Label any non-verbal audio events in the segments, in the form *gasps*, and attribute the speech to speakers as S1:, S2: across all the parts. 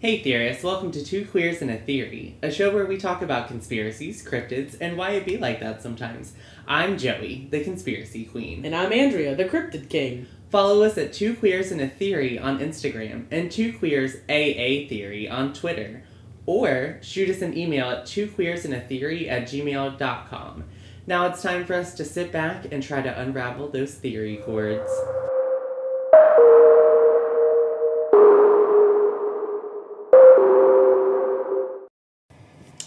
S1: Hey theorists, welcome to Two Queers and a Theory, a show where we talk about conspiracies, cryptids, and why it be like that sometimes. I'm Joey, the conspiracy queen.
S2: And I'm Andrea, the Cryptid King.
S1: Follow us at Two Queers and a Theory on Instagram and Two Queers AA Theory on Twitter, or shoot us an email at two queers and a theory at gmail.com. Now it's time for us to sit back and try to unravel those theory cords.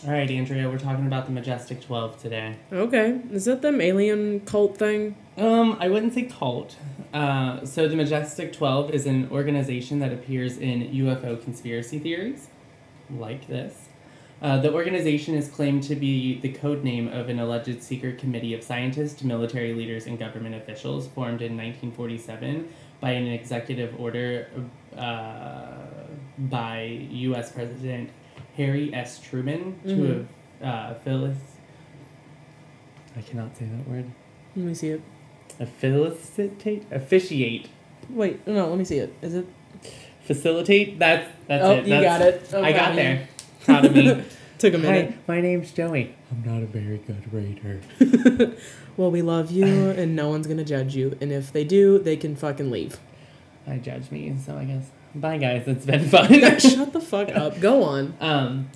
S1: All right, Andrea, we're talking about the Majestic 12 today.
S2: Okay, is that them alien cult thing?
S1: Um, I wouldn't say cult. Uh, so the Majestic 12 is an organization that appears in UFO conspiracy theories, like this. Uh, the organization is claimed to be the code name of an alleged secret committee of scientists, military leaders, and government officials formed in 1947 by an executive order uh, by U.S. President Harry S. Truman
S2: Mhm.
S1: to uh, Phyllis. I cannot say that word
S2: Let me see it.
S1: facilitate officiate
S2: Wait, no, let me see it. Is it?
S1: facilitate that's that's
S2: oh,
S1: it
S2: you
S1: That's- i
S2: got it. Okay.
S1: got there proud of
S2: *laughs*
S1: me
S2: Took a minute.
S1: Hi, my name's joey i'm not a very good reader
S2: Well, we love
S1: *laughs*
S2: you, and no one's gonna judge you. And if they do, they can
S1: *laughs*
S2: fucking leave.
S1: i judge me so i guess bye guys it's been
S2: *laughs*
S1: fun
S2: Shut the fuck up. Go on.
S1: um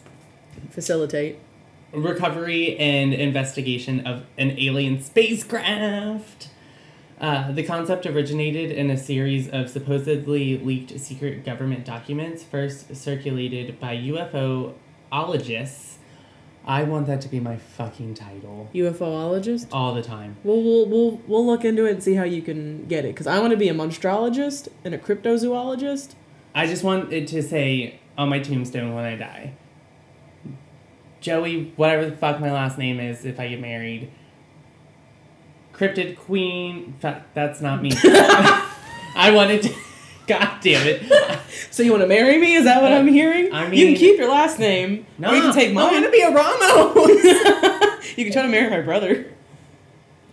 S2: Facilitate.
S1: recovery and investigation of an alien spacecraft. Uh, the concept originated in a series of supposedly leaked secret government documents first circulated by UFOologists. I want that to be my fucking title
S2: UFOologist.
S1: all the time.
S2: We'll, we'll, we'll, we'll look into it and see how you can get it. Because I want to be a monstrologist and a cryptozoologist.
S1: I just want it to say on my tombstone when I die Joey, whatever the fuck my last name is, if I get married. Cryptid Queen. fa- That's not *laughs* me. I wanted to. *laughs* God damn it.
S2: So you want to marry me? Is that what I'm hearing?
S1: I
S2: you
S1: mean-
S2: can keep your last name.
S1: No,
S2: or you can take
S1: I
S2: mine.
S1: wanna
S2: be a Ramos. *laughs* you can try to marry my brother.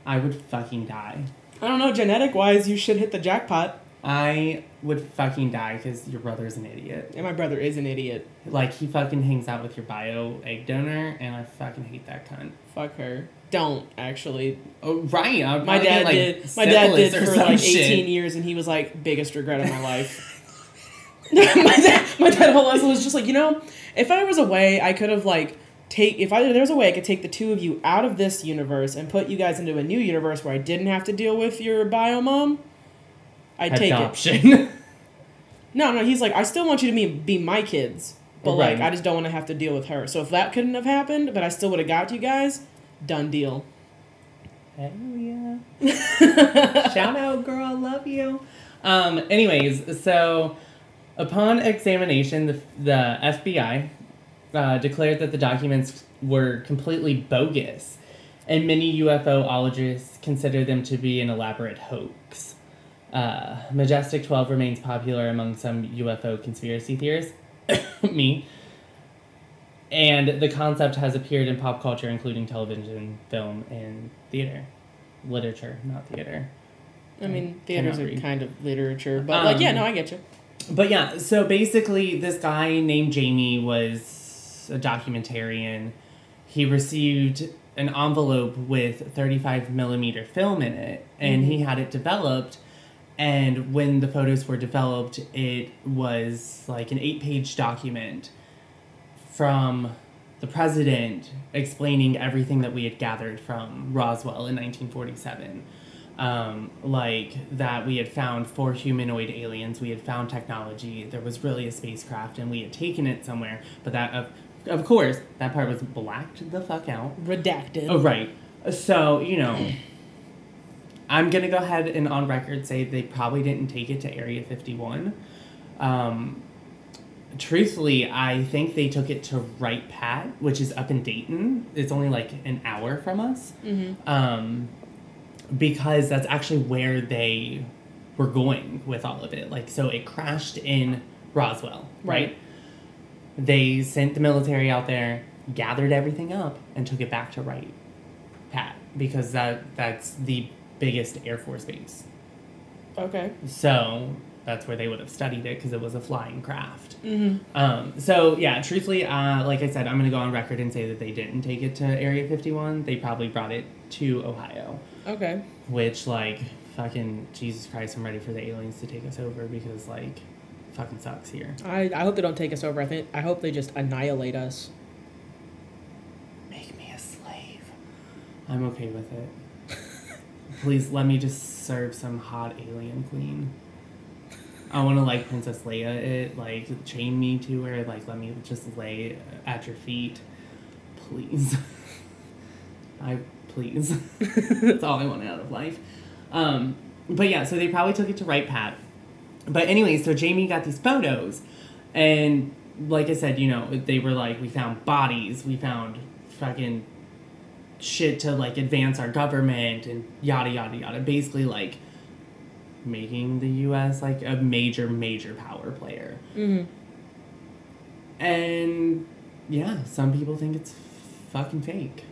S1: I would fucking die.
S2: I don't know. Genetic wise, you should hit the jackpot.
S1: I would fucking die because your brother's an idiot.
S2: And my brother is an idiot.
S1: Like, he fucking hangs out with your bio egg donor, and I fucking hate that cunt.
S2: Fuck her. Don't actually.
S1: Oh, right. I'd
S2: My
S1: probably
S2: dad
S1: get, like,
S2: did. My dad
S1: syphilis
S2: did
S1: or
S2: for
S1: some
S2: like 18
S1: shit.
S2: years, and he was like biggest regret of my
S1: *laughs*
S2: life. *laughs* my dad, my dad whole life was just like, you know, if I was away, I could have like take if I there was a way I could take the two of you out of this universe and put you guys into a new universe where I didn't have to deal with your bio mom. I'd take it.
S1: Adoption. *laughs*
S2: No, no, he's like, I still want you to be, be my kids, but like,
S1: Right.
S2: I just don't want to have to deal with her. So if that couldn't have happened, but I still would have got you guys, done deal. *laughs*
S1: Hell yeah. *laughs* Shout out, girl. I love you. Um, anyways, so upon examination, the, the FBI uh, declared that the documents were completely bogus, and many UFOologists consider them to be an elaborate hoax. Uh, Majestic 12 remains popular among some UFO conspiracy theorists, *coughs* me, and the concept has appeared in pop culture, including television, film, and theater. Literature, not theater.
S2: I mean, theaters
S1: Cannot
S2: are
S1: read.
S2: kind of literature, but like, yeah,
S1: Um,
S2: no, I get you.
S1: But yeah, so basically, this guy named Jamie was a documentarian. He received an envelope with 35 millimeter film in it, and he had it developed. And when the photos were developed, it was like an eight page document from the president explaining everything that we had gathered from Roswell in 1947. Um, like that, we had found four humanoid aliens, we had found technology, there was really a spacecraft, and we had taken it somewhere. But that, of, of course, that part was blacked the fuck out.
S2: Redacted.
S1: Oh, right. So, you know, I'm going to go ahead and on record say they probably didn't take it to Area 51. Um, truthfully, I think they took it to Wright Pat, which is up in Dayton. It's only like an hour from us. Um, because that's actually where they were going with all of it. Like, so it crashed in Roswell,
S2: Right.
S1: right? They sent the military out there, gathered everything up, and took it back to Wright Pat because that that's the biggest Air Force base.
S2: Okay.
S1: So that's where they would have studied it because it was a flying craft. Um, so yeah, truthfully, uh, like I said, I'm gonna go on record and say that they didn't take it to Area 51. They probably brought it to Ohio,
S2: Okay.
S1: which like fucking Jesus Christ, I'm ready for the aliens to take us over because like fucking sucks here.
S2: I, I hope they don't take us over. I think I hope they just annihilate us. *laughs*
S1: Make me a slave. I'm okay with *laughs* it. Please let me just serve some hot alien queen. I want to like Princess Leia it, like chain me to her, like let me just lay at your feet. Please. *laughs* I please. *laughs*
S2: Mm-hmm.
S1: That's all I want out of life. Um, but yeah, so they probably took it to Right Pat. But anyway, so Jamie got these photos, and like I said, you know, they were like, we found bodies, we found fucking shit to like advance our government and yada yada yada. Basically, like making the U.S. like a major major power player.
S2: Mhm.
S1: And yeah, some people think it's fucking fake.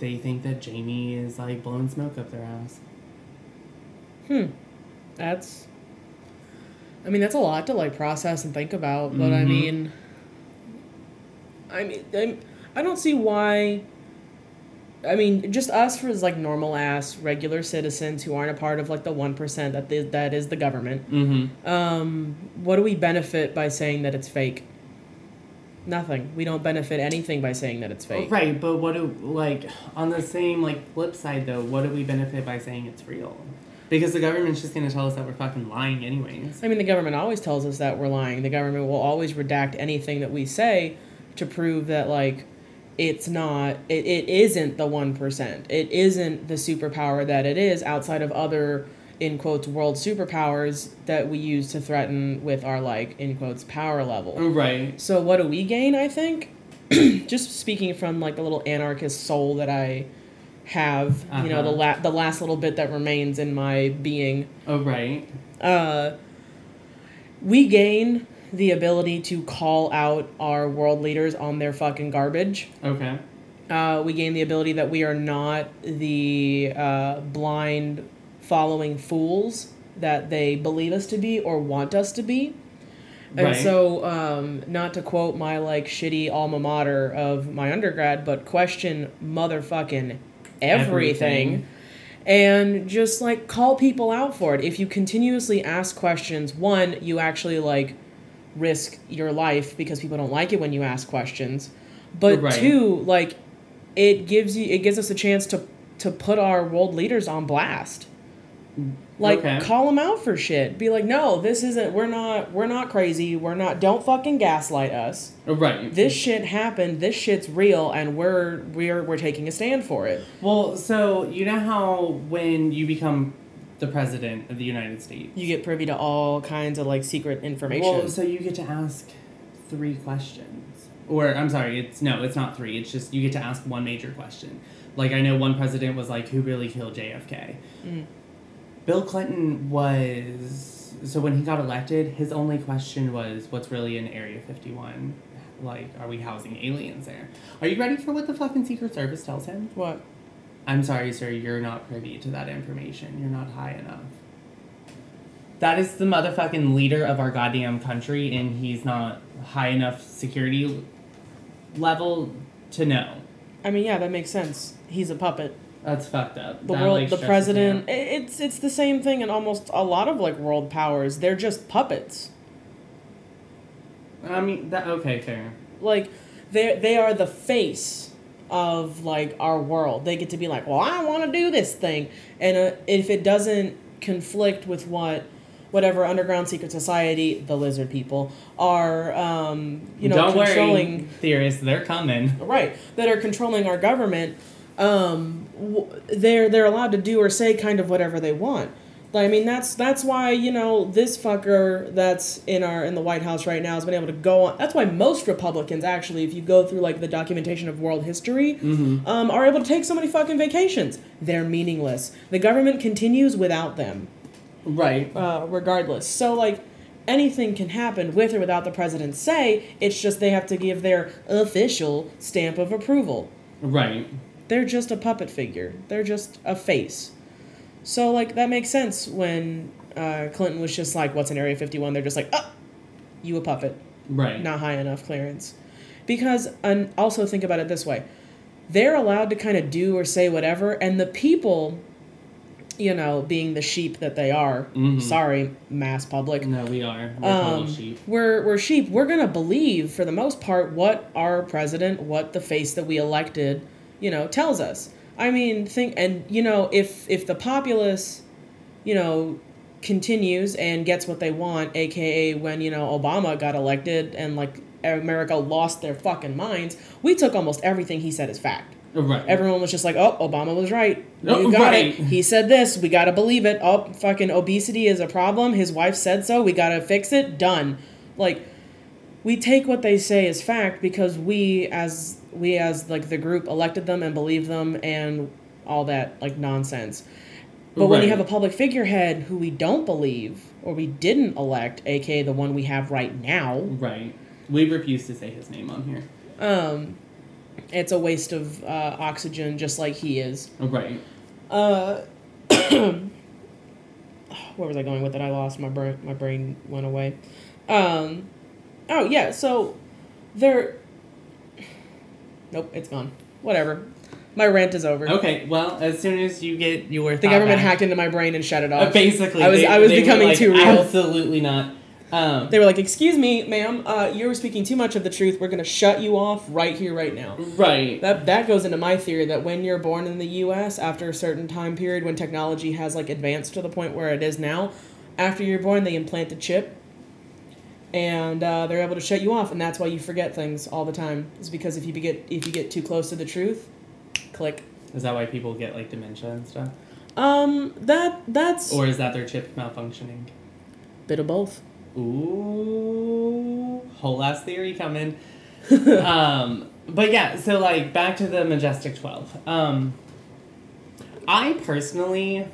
S1: They think that Jamie is like blowing smoke up their ass.
S2: Hmm. That's. I mean, that's a lot to like process and think about, but I
S1: Mhm.
S2: mean. I mean, I'm, I don't see why. I mean, just us for like normal ass regular citizens who aren't a part of like the one percent that the, that is the government.
S1: Mm-hmm.
S2: Um, what do we benefit by saying that it's fake? Nothing. We don't benefit anything by saying that it's fake.
S1: Right, but what do like on the same like flip side though? What do we benefit by saying it's real? Because the government's just gonna tell us that we're fucking lying anyways.
S2: I mean, the government always tells us that we're lying. The government will always redact anything that we say to prove that, like, it's not, it, it isn't the 1%. It isn't the superpower that it is outside of other, in quotes, world superpowers that we use to threaten with our, like, in quotes, power level.
S1: Oh, Right.
S2: So, what do we gain, I think? *clears throat* Just speaking from, like, the little anarchist soul that I have, you know, the, la- the last little bit that remains in my being
S1: Oh right.
S2: uh, we gain the ability to call out our world leaders on their fucking garbage.
S1: Okay.
S2: Uh, we gain the ability that we are not the uh, blind following fools that they believe us to be or want us to be. And
S1: Right.
S2: so, um, not to quote my like shitty alma mater of my undergrad, but question motherfucking everything.
S1: Everything.
S2: And just like call people out for it. If you continuously ask questions, one, you actually like risk your life because people don't like it when you ask questions. But
S1: Right.
S2: two, like it gives you it gives us a chance to to put our world leaders on blast. Like
S1: Okay.
S2: call them out for shit. Be like, "No, this isn't we're not we're not crazy. We're not don't fucking gaslight us.
S1: Oh, right.
S2: This shit happened. This shit's real and we're we're we're taking a stand for it."
S1: Well, so you know how when you become the president of the United States,
S2: You get privy to all kinds of like secret information.
S1: well, so you get to ask three questions. Or I'm sorry, it's no, it's not three. It's just you get to ask one major question. Like I know one president was like, "Who really killed JFK?" Bill Clinton was so when he got elected, his only question was, "What's really in Area 51? Like, are we housing aliens there?" Are you ready for what the fucking Secret Service tells him?
S2: what?
S1: I'm sorry, sir, you're not privy to that information. You're not high enough. That is the motherfucking leader of our goddamn country, and he's not high enough security level to know.
S2: I mean, yeah, that makes sense. He's a puppet.
S1: That's fucked up.
S2: the
S1: That,
S2: world
S1: like,
S2: the
S1: stresses me
S2: president
S1: out.
S2: i- it's it's the same thing in almost a lot of like world powers they're just puppets
S1: I mean, that okay, fair.
S2: like they they are the face of like our world they get to be like well i want to do this thing and uh, if it doesn't conflict with what whatever underground secret society the lizard people are um you know
S1: Don't
S2: controlling
S1: worry, theorists, they're coming.
S2: right that are controlling our government um w- they're they're allowed to do or say kind of whatever they want i mean that's that's why you know this fucker that's in our in the white house right now has been able to go on that's why most republicans actually if you go through like the documentation of world history um, are able to take so many fucking vacations they're meaningless the government continues without them
S1: Right.
S2: uh, regardless. So like anything can happen with or without the president's say. It's just they have to give their official stamp of approval.
S1: Right.
S2: They're just a puppet figure. They're just a face. So like that makes sense when uh, Clinton was just like, "What's in Area 51?" They're just like, "Oh, you a puppet,
S1: Right.
S2: not high enough clearance," because and also think about it this way: they're allowed to kind of do or say whatever, and the people, you know, being the sheep that they are,
S1: Mhm.
S2: sorry, mass public,
S1: No, we are. We're total
S2: um,
S1: sheep.
S2: we're we're sheep. We're gonna believe for the most part what our president, what the face that we elected, you know, tells us. I mean, think and you know if if the populace, you know, continues and gets what they want, aka when you know Obama got elected and like America lost their fucking minds, we took almost everything he said as fact.
S1: Right.
S2: Everyone was just like, "Oh, Obama was right. You
S1: Oh,
S2: got
S1: right.
S2: it. He said this. We gotta believe it. Oh, fucking obesity is a problem. His wife said so. We gotta fix it. Done." Like, we take what they say as fact because we, as we as like the group, elected them and believed them and all that like nonsense. But when you
S1: Right.
S2: have a public figurehead who we don't believe or we didn't elect, aka the one we have right now,
S1: right. We refuse to say his name on here.
S2: um, it's a waste of uh, oxygen, just like he is.
S1: Right.
S2: Uh, *coughs* where was I going with it? I lost my brain. My brain went away. Um, oh yeah. So there. Nope, it's gone. Whatever. My rant is over.
S1: Okay. Well, as soon as you get your
S2: The government hacked into my brain and shut it off.
S1: Uh, basically,
S2: I was
S1: they-
S2: I was
S1: they were
S2: becoming
S1: like,
S2: too real.
S1: Absolutely not. Um,
S2: They were like, "Excuse me, ma'am. Uh, you're speaking too much of the truth. We're gonna shut you off right here, right now."
S1: right.
S2: That that goes into my theory that when you're born in the U.S. after a certain time period, when technology has like advanced to the point where it is now, after you're born, they implant a chip, and uh, they're able to shut you off, and that's why you forget things all the time. Is because if you get if you get too close to the truth, click.
S1: Is that why people get like dementia and stuff,
S2: Um, that that's
S1: or is that their chip malfunctioning?
S2: bit of both. *laughs*
S1: Ooh, whole ass theory
S2: *laughs*
S1: coming. um, but yeah, so like back to the majestic twelve. Um, I personally,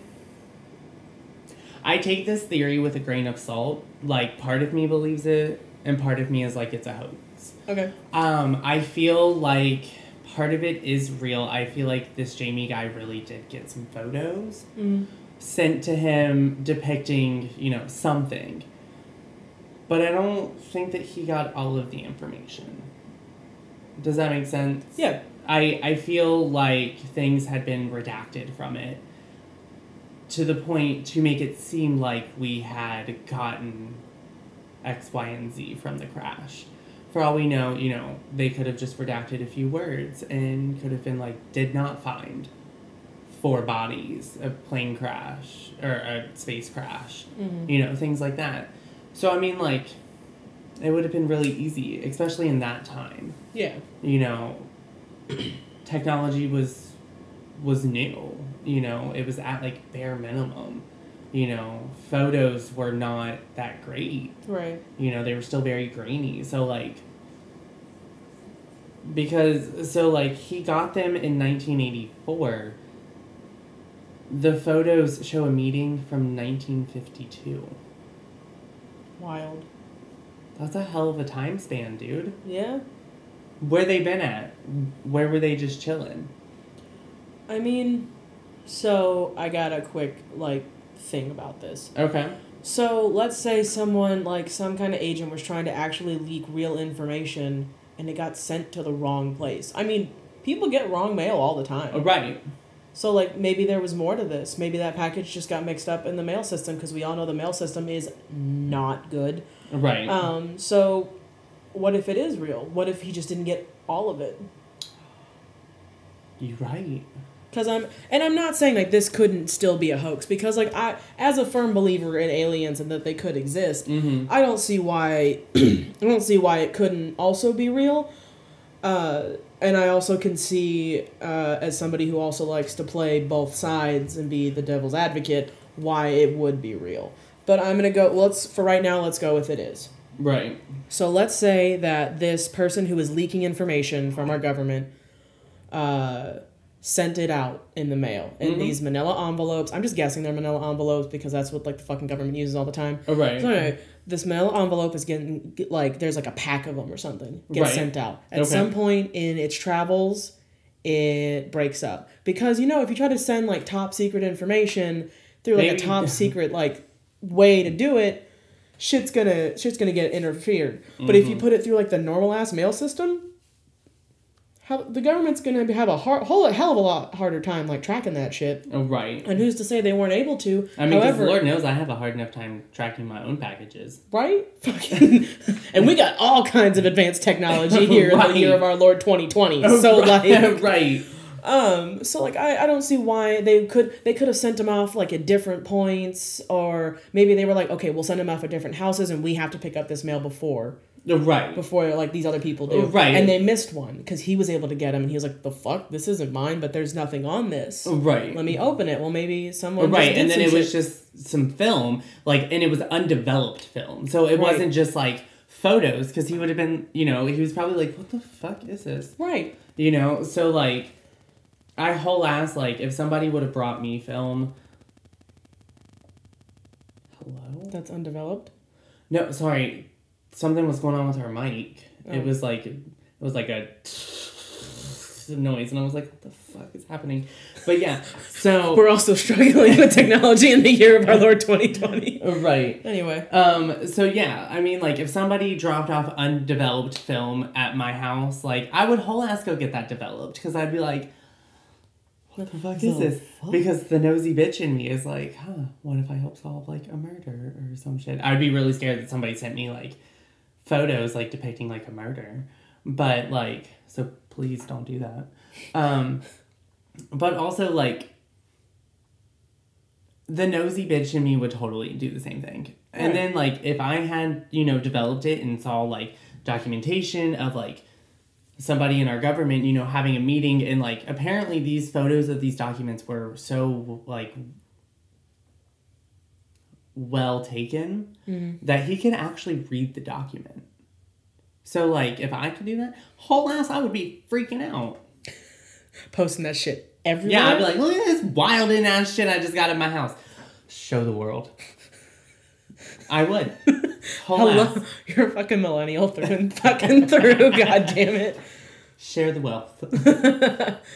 S1: I take this theory with a grain of salt. Like part of me believes it, and part of me is like it's a hoax.
S2: Okay.
S1: Um, I feel like part of it is real. I feel like this Jamie guy really did get some photos
S2: Mm.
S1: sent to him depicting, you know, something. But I don't think that he got all of the information. Does that make sense?
S2: Yeah.
S1: I, I feel like things had been redacted from it to the point to make it seem like we had gotten X, Y, and Z from the crash. For all we know, you know, they could have just redacted a few words and could have been like, did not find four bodies, a plane crash, or a space crash,
S2: Mhm.
S1: you know, things like that. So, I mean, like, it would have been really easy, especially in that time
S2: Yeah.
S1: you know technology was was new you know it was at like bare minimum you know photos were not that great
S2: Right.
S1: you know they were still very grainy so like because so like he got them in 1984 the photos show a meeting from 1952
S2: Wild.
S1: that's a hell of a time span dude
S2: Yeah.
S1: where they been at where were they just chilling
S2: I mean, so I got a quick like thing about this.
S1: okay
S2: So let's say someone like some kind of agent was trying to actually leak real information and it got sent to the wrong place. I mean, people get wrong mail all the
S1: Oh,
S2: time.
S1: right
S2: So like maybe there was more to this. Maybe that package just got mixed up in the mail system because we all know the mail system is not good.
S1: Right.
S2: Um so what if it is real? What if he just didn't get all of it?
S1: You're right.
S2: Cause I'm, and I'm not saying like this couldn't still be a hoax because like I, as a firm believer in aliens and that they could exist,
S1: Mm-hmm.
S2: I don't see why, *clears throat* I don't see why it couldn't also be real. Uh, and I also can see, uh, as somebody who also likes to play both sides and be the devil's advocate, why it would be real. But I'm gonna go. Let's for right now. Let's go with it is.
S1: Right.
S2: So let's say that this person who is leaking information from our government uh, sent it out in the mail in
S1: Mhm.
S2: these manila envelopes. I'm just guessing they're manila envelopes because that's what like the fucking government uses all the time.
S1: Oh, right.
S2: So anyway, this manila envelope is getting get- like there's like a pack of them or something gets
S1: Right.
S2: sent out. At
S1: Okay.
S2: some point in its travels, it breaks up because you know if you try to send like top secret information through like
S1: *laughs* Maybe-
S2: a top secret like way to do it, shit's gonna shit's gonna get interfered. But if
S1: Mm-hmm.
S2: you put it through like the normal ass mail system, how, the government's gonna have a hard, whole hell of a lot harder time like tracking that shit.
S1: Oh, right.
S2: And who's to say they weren't able to?
S1: I mean, 'cause
S2: However,
S1: Lord knows I have a hard enough time tracking my own packages.
S2: right? Fucking, *laughs* and we got all kinds of
S1: *laughs*
S2: advanced technology here in
S1: Right. Oh,
S2: the year of our Lord 2020. *laughs* so like,
S1: *laughs* right, right.
S2: Um, so like I, I don't see why they could they could have sent them off like at different points or maybe they were like okay we'll send them off at different houses and we have to pick up this mail before
S1: Oh, right.
S2: before like these other people do
S1: Right.
S2: and they missed one because he was able to get him and he was like the fuck this isn't mine but there's nothing on this
S1: Oh, Right. Oh,
S2: let me open it well maybe someone just
S1: right
S2: did
S1: and then
S2: some
S1: it was
S2: shit.
S1: just some film like and it was undeveloped film so it
S2: Right.
S1: wasn't just like photos because he would have been you know he was probably like what the fuck is this
S2: right
S1: you know so like i whole ass like if somebody would have brought me film hello
S2: that's undeveloped
S1: no sorry something was going on with our mic
S2: Oh.
S1: it was like it was like a *laughs* noise and i was like what the fuck is happening but yeah so
S2: *laughs* we're also struggling with technology in the year of our Lord 2020
S1: right
S2: anyway
S1: Um, so yeah, I mean, like, if somebody dropped off undeveloped film at my house, like, I would whole ass go get that developed because I'd be like, what the fuck is
S2: The
S1: this?
S2: fuck?
S1: Because the nosy bitch in me is like, huh, what if I help solve, like, a murder or some shit? I'd be really scared that somebody sent me, like, photos, like, depicting, like, a murder. But, like, so please don't do that. Um, but also, like, the nosy bitch in me would totally do the same thing. And
S2: Right.
S1: then like if I had, you know, developed it and saw like documentation of like somebody in our government, you know, having a meeting and like apparently these photos of these documents were so like well taken that he can actually read the document. So like if I could do that, whole ass I would be freaking out.
S2: posting that shit everywhere
S1: Yeah, I'd be like, look at this wild and ass shit I just got in my house. Show the world. I would. Whole ass.
S2: Hello, *laughs* you're a fucking millennial through and fucking through. *laughs* God damn it!
S1: Share the wealth.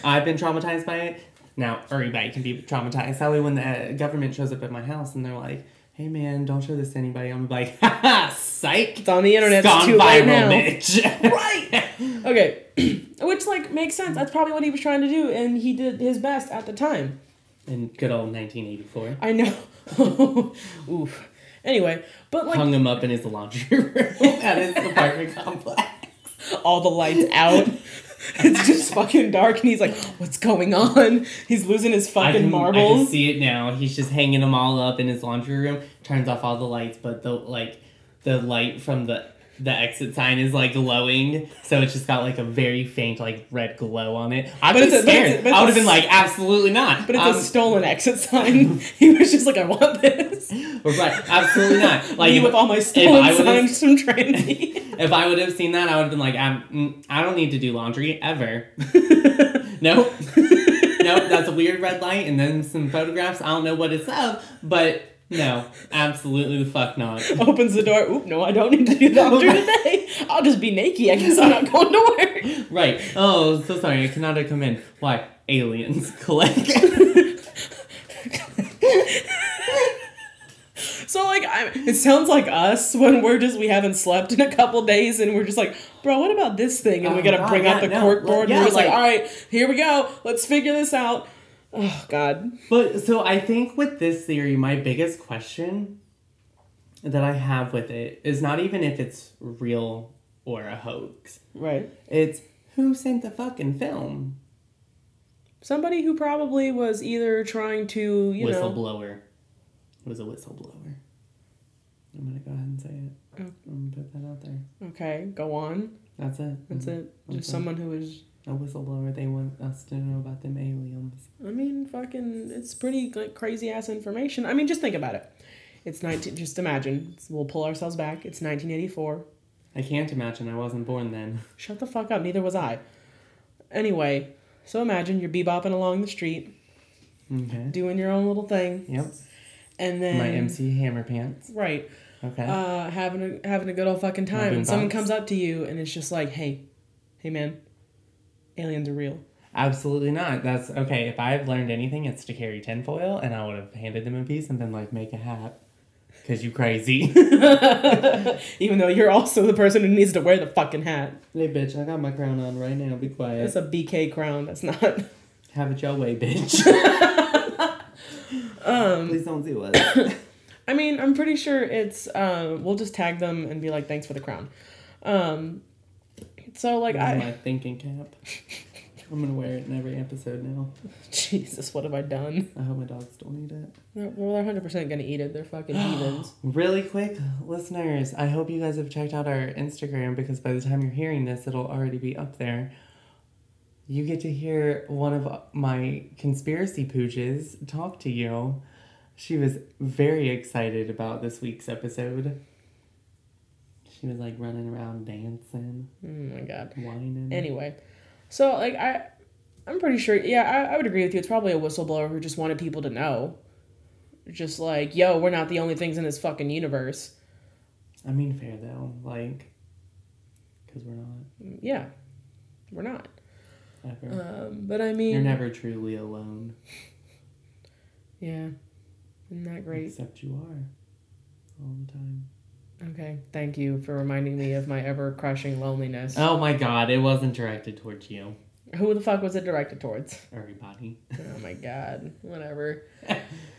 S1: I've been traumatized by it. Now everybody can be traumatized. That way, when the uh, government shows up at my house and they're like, "Hey man, don't show this to anybody," I'm like, *laughs* "Ha ha, psych."
S2: It's on the internet.
S1: It's
S2: It's
S1: gone
S2: too late now.
S1: bitch.
S2: *laughs* Right. Okay. *clears throat* Which like makes sense. That's probably what he was trying to do, and he did his best at the time.
S1: *laughs* In good old 1984,
S2: I know. *laughs* Oof. Anyway, but like
S1: hung him up in his laundry *laughs* room at his apartment complex.
S2: all the lights
S1: *laughs*
S2: out. It's just fucking dark, and he's like, "What's going on?" He's losing his
S1: I
S2: fucking
S1: can, I can
S2: marbles.
S1: see it now. He's just hanging them all up in his laundry room. Turns off all the lights, but the like, the light from the the exit sign is like glowing, so it's just got like a very faint like red glow on it. I'd
S2: But
S1: been
S2: it's a- but it's a-
S1: scared.
S2: but it's
S1: I
S2: a
S1: would have been
S2: s-
S1: like, absolutely not.
S2: But it's
S1: Um,
S2: a stolen exit sign. *laughs* he was just like, "I want this."
S1: right, absolutely
S2: *laughs*
S1: not. Like
S2: you
S1: if,
S2: with all my
S1: if I
S2: stolen
S1: would've-
S2: signs from
S1: *laughs*
S2: Trinity.
S1: if I would have seen that, I would have been like, I'm, mm, I don't need to do laundry ever. *laughs*
S2: *laughs*
S1: nope. nope, that's a weird red light, and then some photographs. I don't know what it's of, but no, absolutely the fuck not.
S2: Opens the door. Oop, no, I don't need to
S1: *laughs*
S2: do laundry today. I'll just be naked. I guess I'm not going to work.
S1: Right. Oh, so sorry. I cannot have come in. Why? Aliens *laughs* collect.
S2: *laughs* So like, I, it sounds like us when we're just we haven't slept in a couple days and we're just like, bro, what about this thing? And we
S1: Oh,
S2: gotta
S1: God,
S2: bring out
S1: yeah,
S2: the
S1: no,
S2: cork board.
S1: yeah,
S2: and we're just like,
S1: like-
S2: all right, here we go. Let's figure this out. Oh God.
S1: but so I think with this theory, my biggest question that I have with it is not even if it's real or a hoax.
S2: Right.
S1: It's who sent the fucking film?
S2: Somebody who probably was either trying to, you know,
S1: whistleblower. It was a whistleblower. I'm gonna go ahead and say it.
S2: Oh.
S1: I'm gonna put that out there.
S2: okay, go on.
S1: That's it.
S2: That's it. Just
S1: Mm-hmm. Okay.
S2: someone who was
S1: A whistleblower. They want us to know about them aliens.
S2: I mean, fucking, it's pretty like crazy ass information. I mean, just think about it. It's nineteen. Just imagine. We'll pull ourselves back. It's nineteen eighty four.
S1: I can't imagine. I wasn't born then. *laughs*
S2: Shut the fuck up. Neither was I. Anyway, so imagine you're bebopping along the street,
S1: Okay.
S2: doing your own little thing,
S1: Yep.
S2: and then
S1: My MC Hammer pants.
S2: right,
S1: Okay.
S2: uh, having a having a good old fucking time,
S1: boom
S2: and someone
S1: box.
S2: comes up to you, and it's just like, hey, hey man, aliens are real. *laughs*
S1: Absolutely not. That's okay. If I've learned anything, it's to carry tinfoil, and I would have handed them a piece and been like, make a hat. because you crazy. *laughs*
S2: Even though you're also the person who needs to wear the fucking hat.
S1: hey, bitch, I got my crown on right now. Be quiet.
S2: That's a BK crown. That's not.
S1: Have it your way, *laughs* bitch.
S2: Um,
S1: Please don't do it.
S2: I mean, I'm pretty sure it's. Uh, we'll just tag them and be like, "Thanks for the crown." Um, so like
S1: That's
S2: I,
S1: my thinking cap. I'm gonna wear it in every episode now.
S2: *laughs* Jesus, what have I done?
S1: I hope my dogs don't eat it.
S2: They're, well, they're 100 percent gonna eat it.
S1: *gasps*
S2: They're fucking heathens.
S1: Really quick, listeners, I hope you guys have checked out our Instagram because by the time you're hearing this, it'll already be up there. You get to hear one of my conspiracy pooches talk to you. She was very excited about this week's episode. She was like running around dancing,
S2: oh my god.
S1: whining.
S2: Anyway, so like I, I'm pretty sure. Yeah, I, I would agree with you. It's probably a whistleblower who just wanted people to know, just like, yo, we're not the only things in this fucking universe.
S1: I mean, fair though, like, because we're not
S2: Yeah, we're not.
S1: ever.
S2: Um, but I mean,
S1: You're never truly alone,
S2: yeah, isn't that great?
S1: except you are all the time.
S2: Okay, thank you for reminding me of my ever crushing loneliness.
S1: Oh my god, it wasn't directed towards you,
S2: Who the fuck was it directed towards?
S1: *laughs* everybody.
S2: Oh my god, whatever.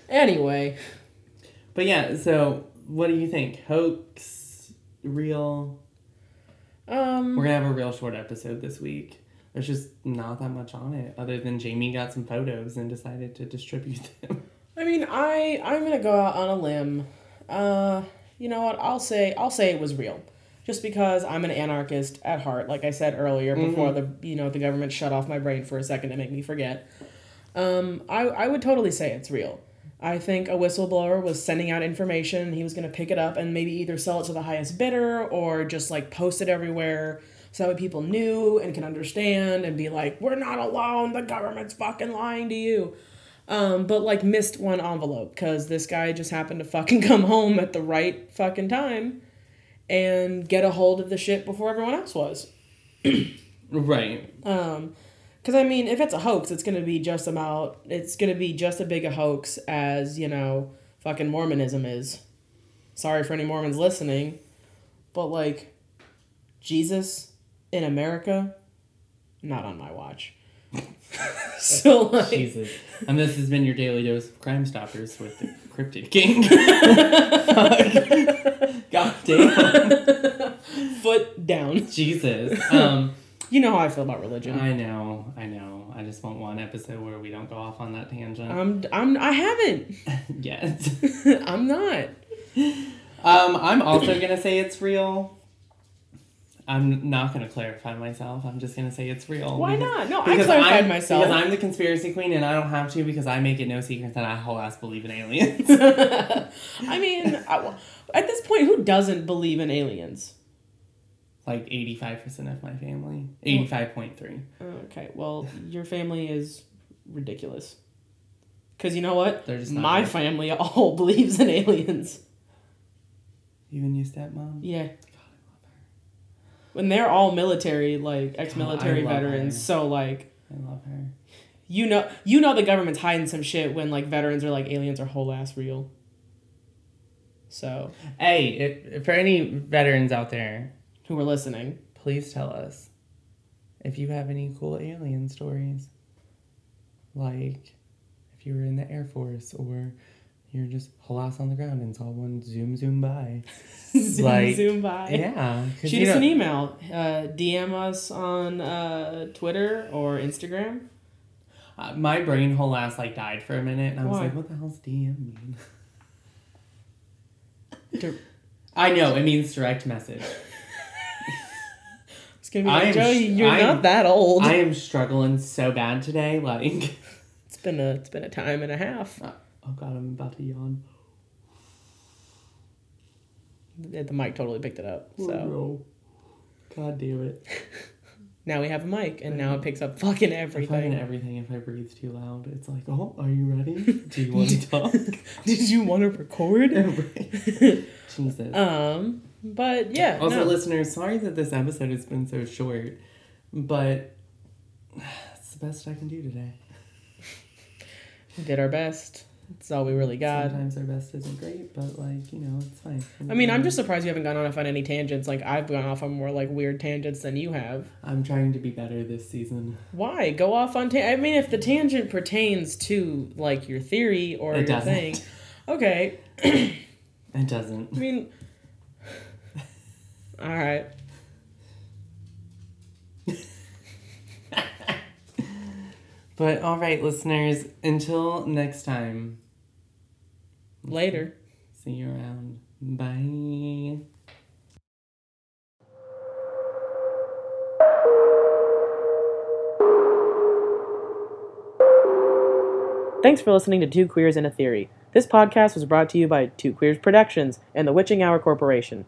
S2: anyway,
S1: But yeah, so what do you think? Hoax, real? We're
S2: um,
S1: gonna have a real short episode this week. There's just not that much on it, other than Jamie got some photos and decided to distribute them.
S2: I mean, I I'm gonna go out on a limb. Uh, you know what? I'll say I'll say it was real, just because I'm an anarchist at heart. Like I said earlier, before the you know the government shut off my brain for a second to make me forget. Um, I I would totally say it's real. I think a whistleblower was sending out information. He was going to pick it up and maybe either sell it to the highest bidder or just like post it everywhere so that way people knew and can understand and be like, we're not alone. The government's fucking lying to you. Um, but like missed one envelope because this guy just happened to fucking *laughs* come home at the right fucking time and get a hold of the shit before everyone else was.
S1: *laughs* right.
S2: Um, because I mean, if it's a hoax, it's gonna be just about it's gonna be just as big a hoax as you know fucking Mormonism is. Sorry for any Mormons listening, but like Jesus in America, not on my watch. *laughs* so like,
S1: Jesus. *laughs* And this has been your daily dose of Crime Stoppers with the Cryptid *laughs* King.
S2: *laughs*
S1: God damn.
S2: foot down.
S1: Jesus. Um,
S2: You know how I feel about religion.
S1: I know, I know. I just want one episode where we don't go off on that tangent
S2: I'm I'm I haven't. *laughs*
S1: yet.
S2: I'm not.
S1: Um, I'm also gonna say it's real. I'm not gonna clarify myself. I'm just gonna say it's real.
S2: Why
S1: Because-
S2: not? No, I
S1: because
S2: clarified
S1: I'm-
S2: myself.
S1: Because I'm the conspiracy queen and I don't have to because I make it no secret that I whole ass believe in aliens.
S2: *laughs* I mean, I, at this point, who doesn't believe in aliens?
S1: like 85% of my family. 85.3.
S2: Okay, well, your family is ridiculous. Because you know what?
S1: They're just not
S2: My
S1: real.
S2: family *laughs* all believes in aliens.
S1: You and your stepmom?
S2: Yeah. When they're all military, like ex military
S1: Oh, I love
S2: veterans,
S1: her.
S2: so like
S1: I love her.
S2: you know you know the government's hiding some shit when like veterans are like aliens are whole ass real. So
S1: Hey, if, for any veterans out there,
S2: who are listening. *laughs*
S1: please tell us if you have any cool alien stories. Like if you were in the Air Force or you're just halas on the ground and saw one zoom zoom by.
S2: zoom,
S1: Like,
S2: zoom by.
S1: Yeah. 'cause
S2: Shoot
S1: you
S2: us
S1: know-
S2: an email. Uh, DM us on uh, Twitter or Instagram.
S1: Uh, my brain whole ass like died for a minute and I was
S2: Why?
S1: like, what the hell's DM mean?
S2: Dir-
S1: I know, it means direct message.
S2: It's gonna be
S1: I
S2: like,
S1: am
S2: Joey,
S1: sh-
S2: you're
S1: I am-
S2: not that old.
S1: I am struggling so bad today, like *laughs*
S2: it's been a it's been a time and a half
S1: Oh god, I'm about to yawn.
S2: the the mic totally picked it up
S1: Oh,
S2: so
S1: no. God damn it.
S2: now we have a mic and now it picks up fucking
S1: Everything. *laughs*
S2: everything *laughs*
S1: everything. If I breathe too loud, it's like, oh, are you ready? Do you want
S2: *laughs*
S1: to talk?
S2: did you want to
S1: *laughs*
S2: record *laughs*
S1: Jesus.
S2: um but yeah
S1: also,
S2: no.
S1: listeners, sorry that this episode has been so short, but it's the best I can do today.
S2: did our best That's all we really got.
S1: Sometimes our best isn't great, but like you know, it's fine.
S2: I mean, I'm just surprised you haven't gone off on any tangents. Like I've gone off on more like weird tangents than you have.
S1: I'm trying to be better this season.
S2: Why go off on? Ta- I mean, if the tangent pertains to like your theory or
S1: It
S2: your
S1: doesn't.
S2: thing, okay.
S1: It doesn't. *laughs*
S2: I mean, all right.
S1: But all right, listeners. Until next time.
S2: Later.
S1: See you around. Bye.
S2: Thanks for listening to Two Queers in a Theory. This podcast was brought to you by Two Queers Productions and the Witching Hour Corporation.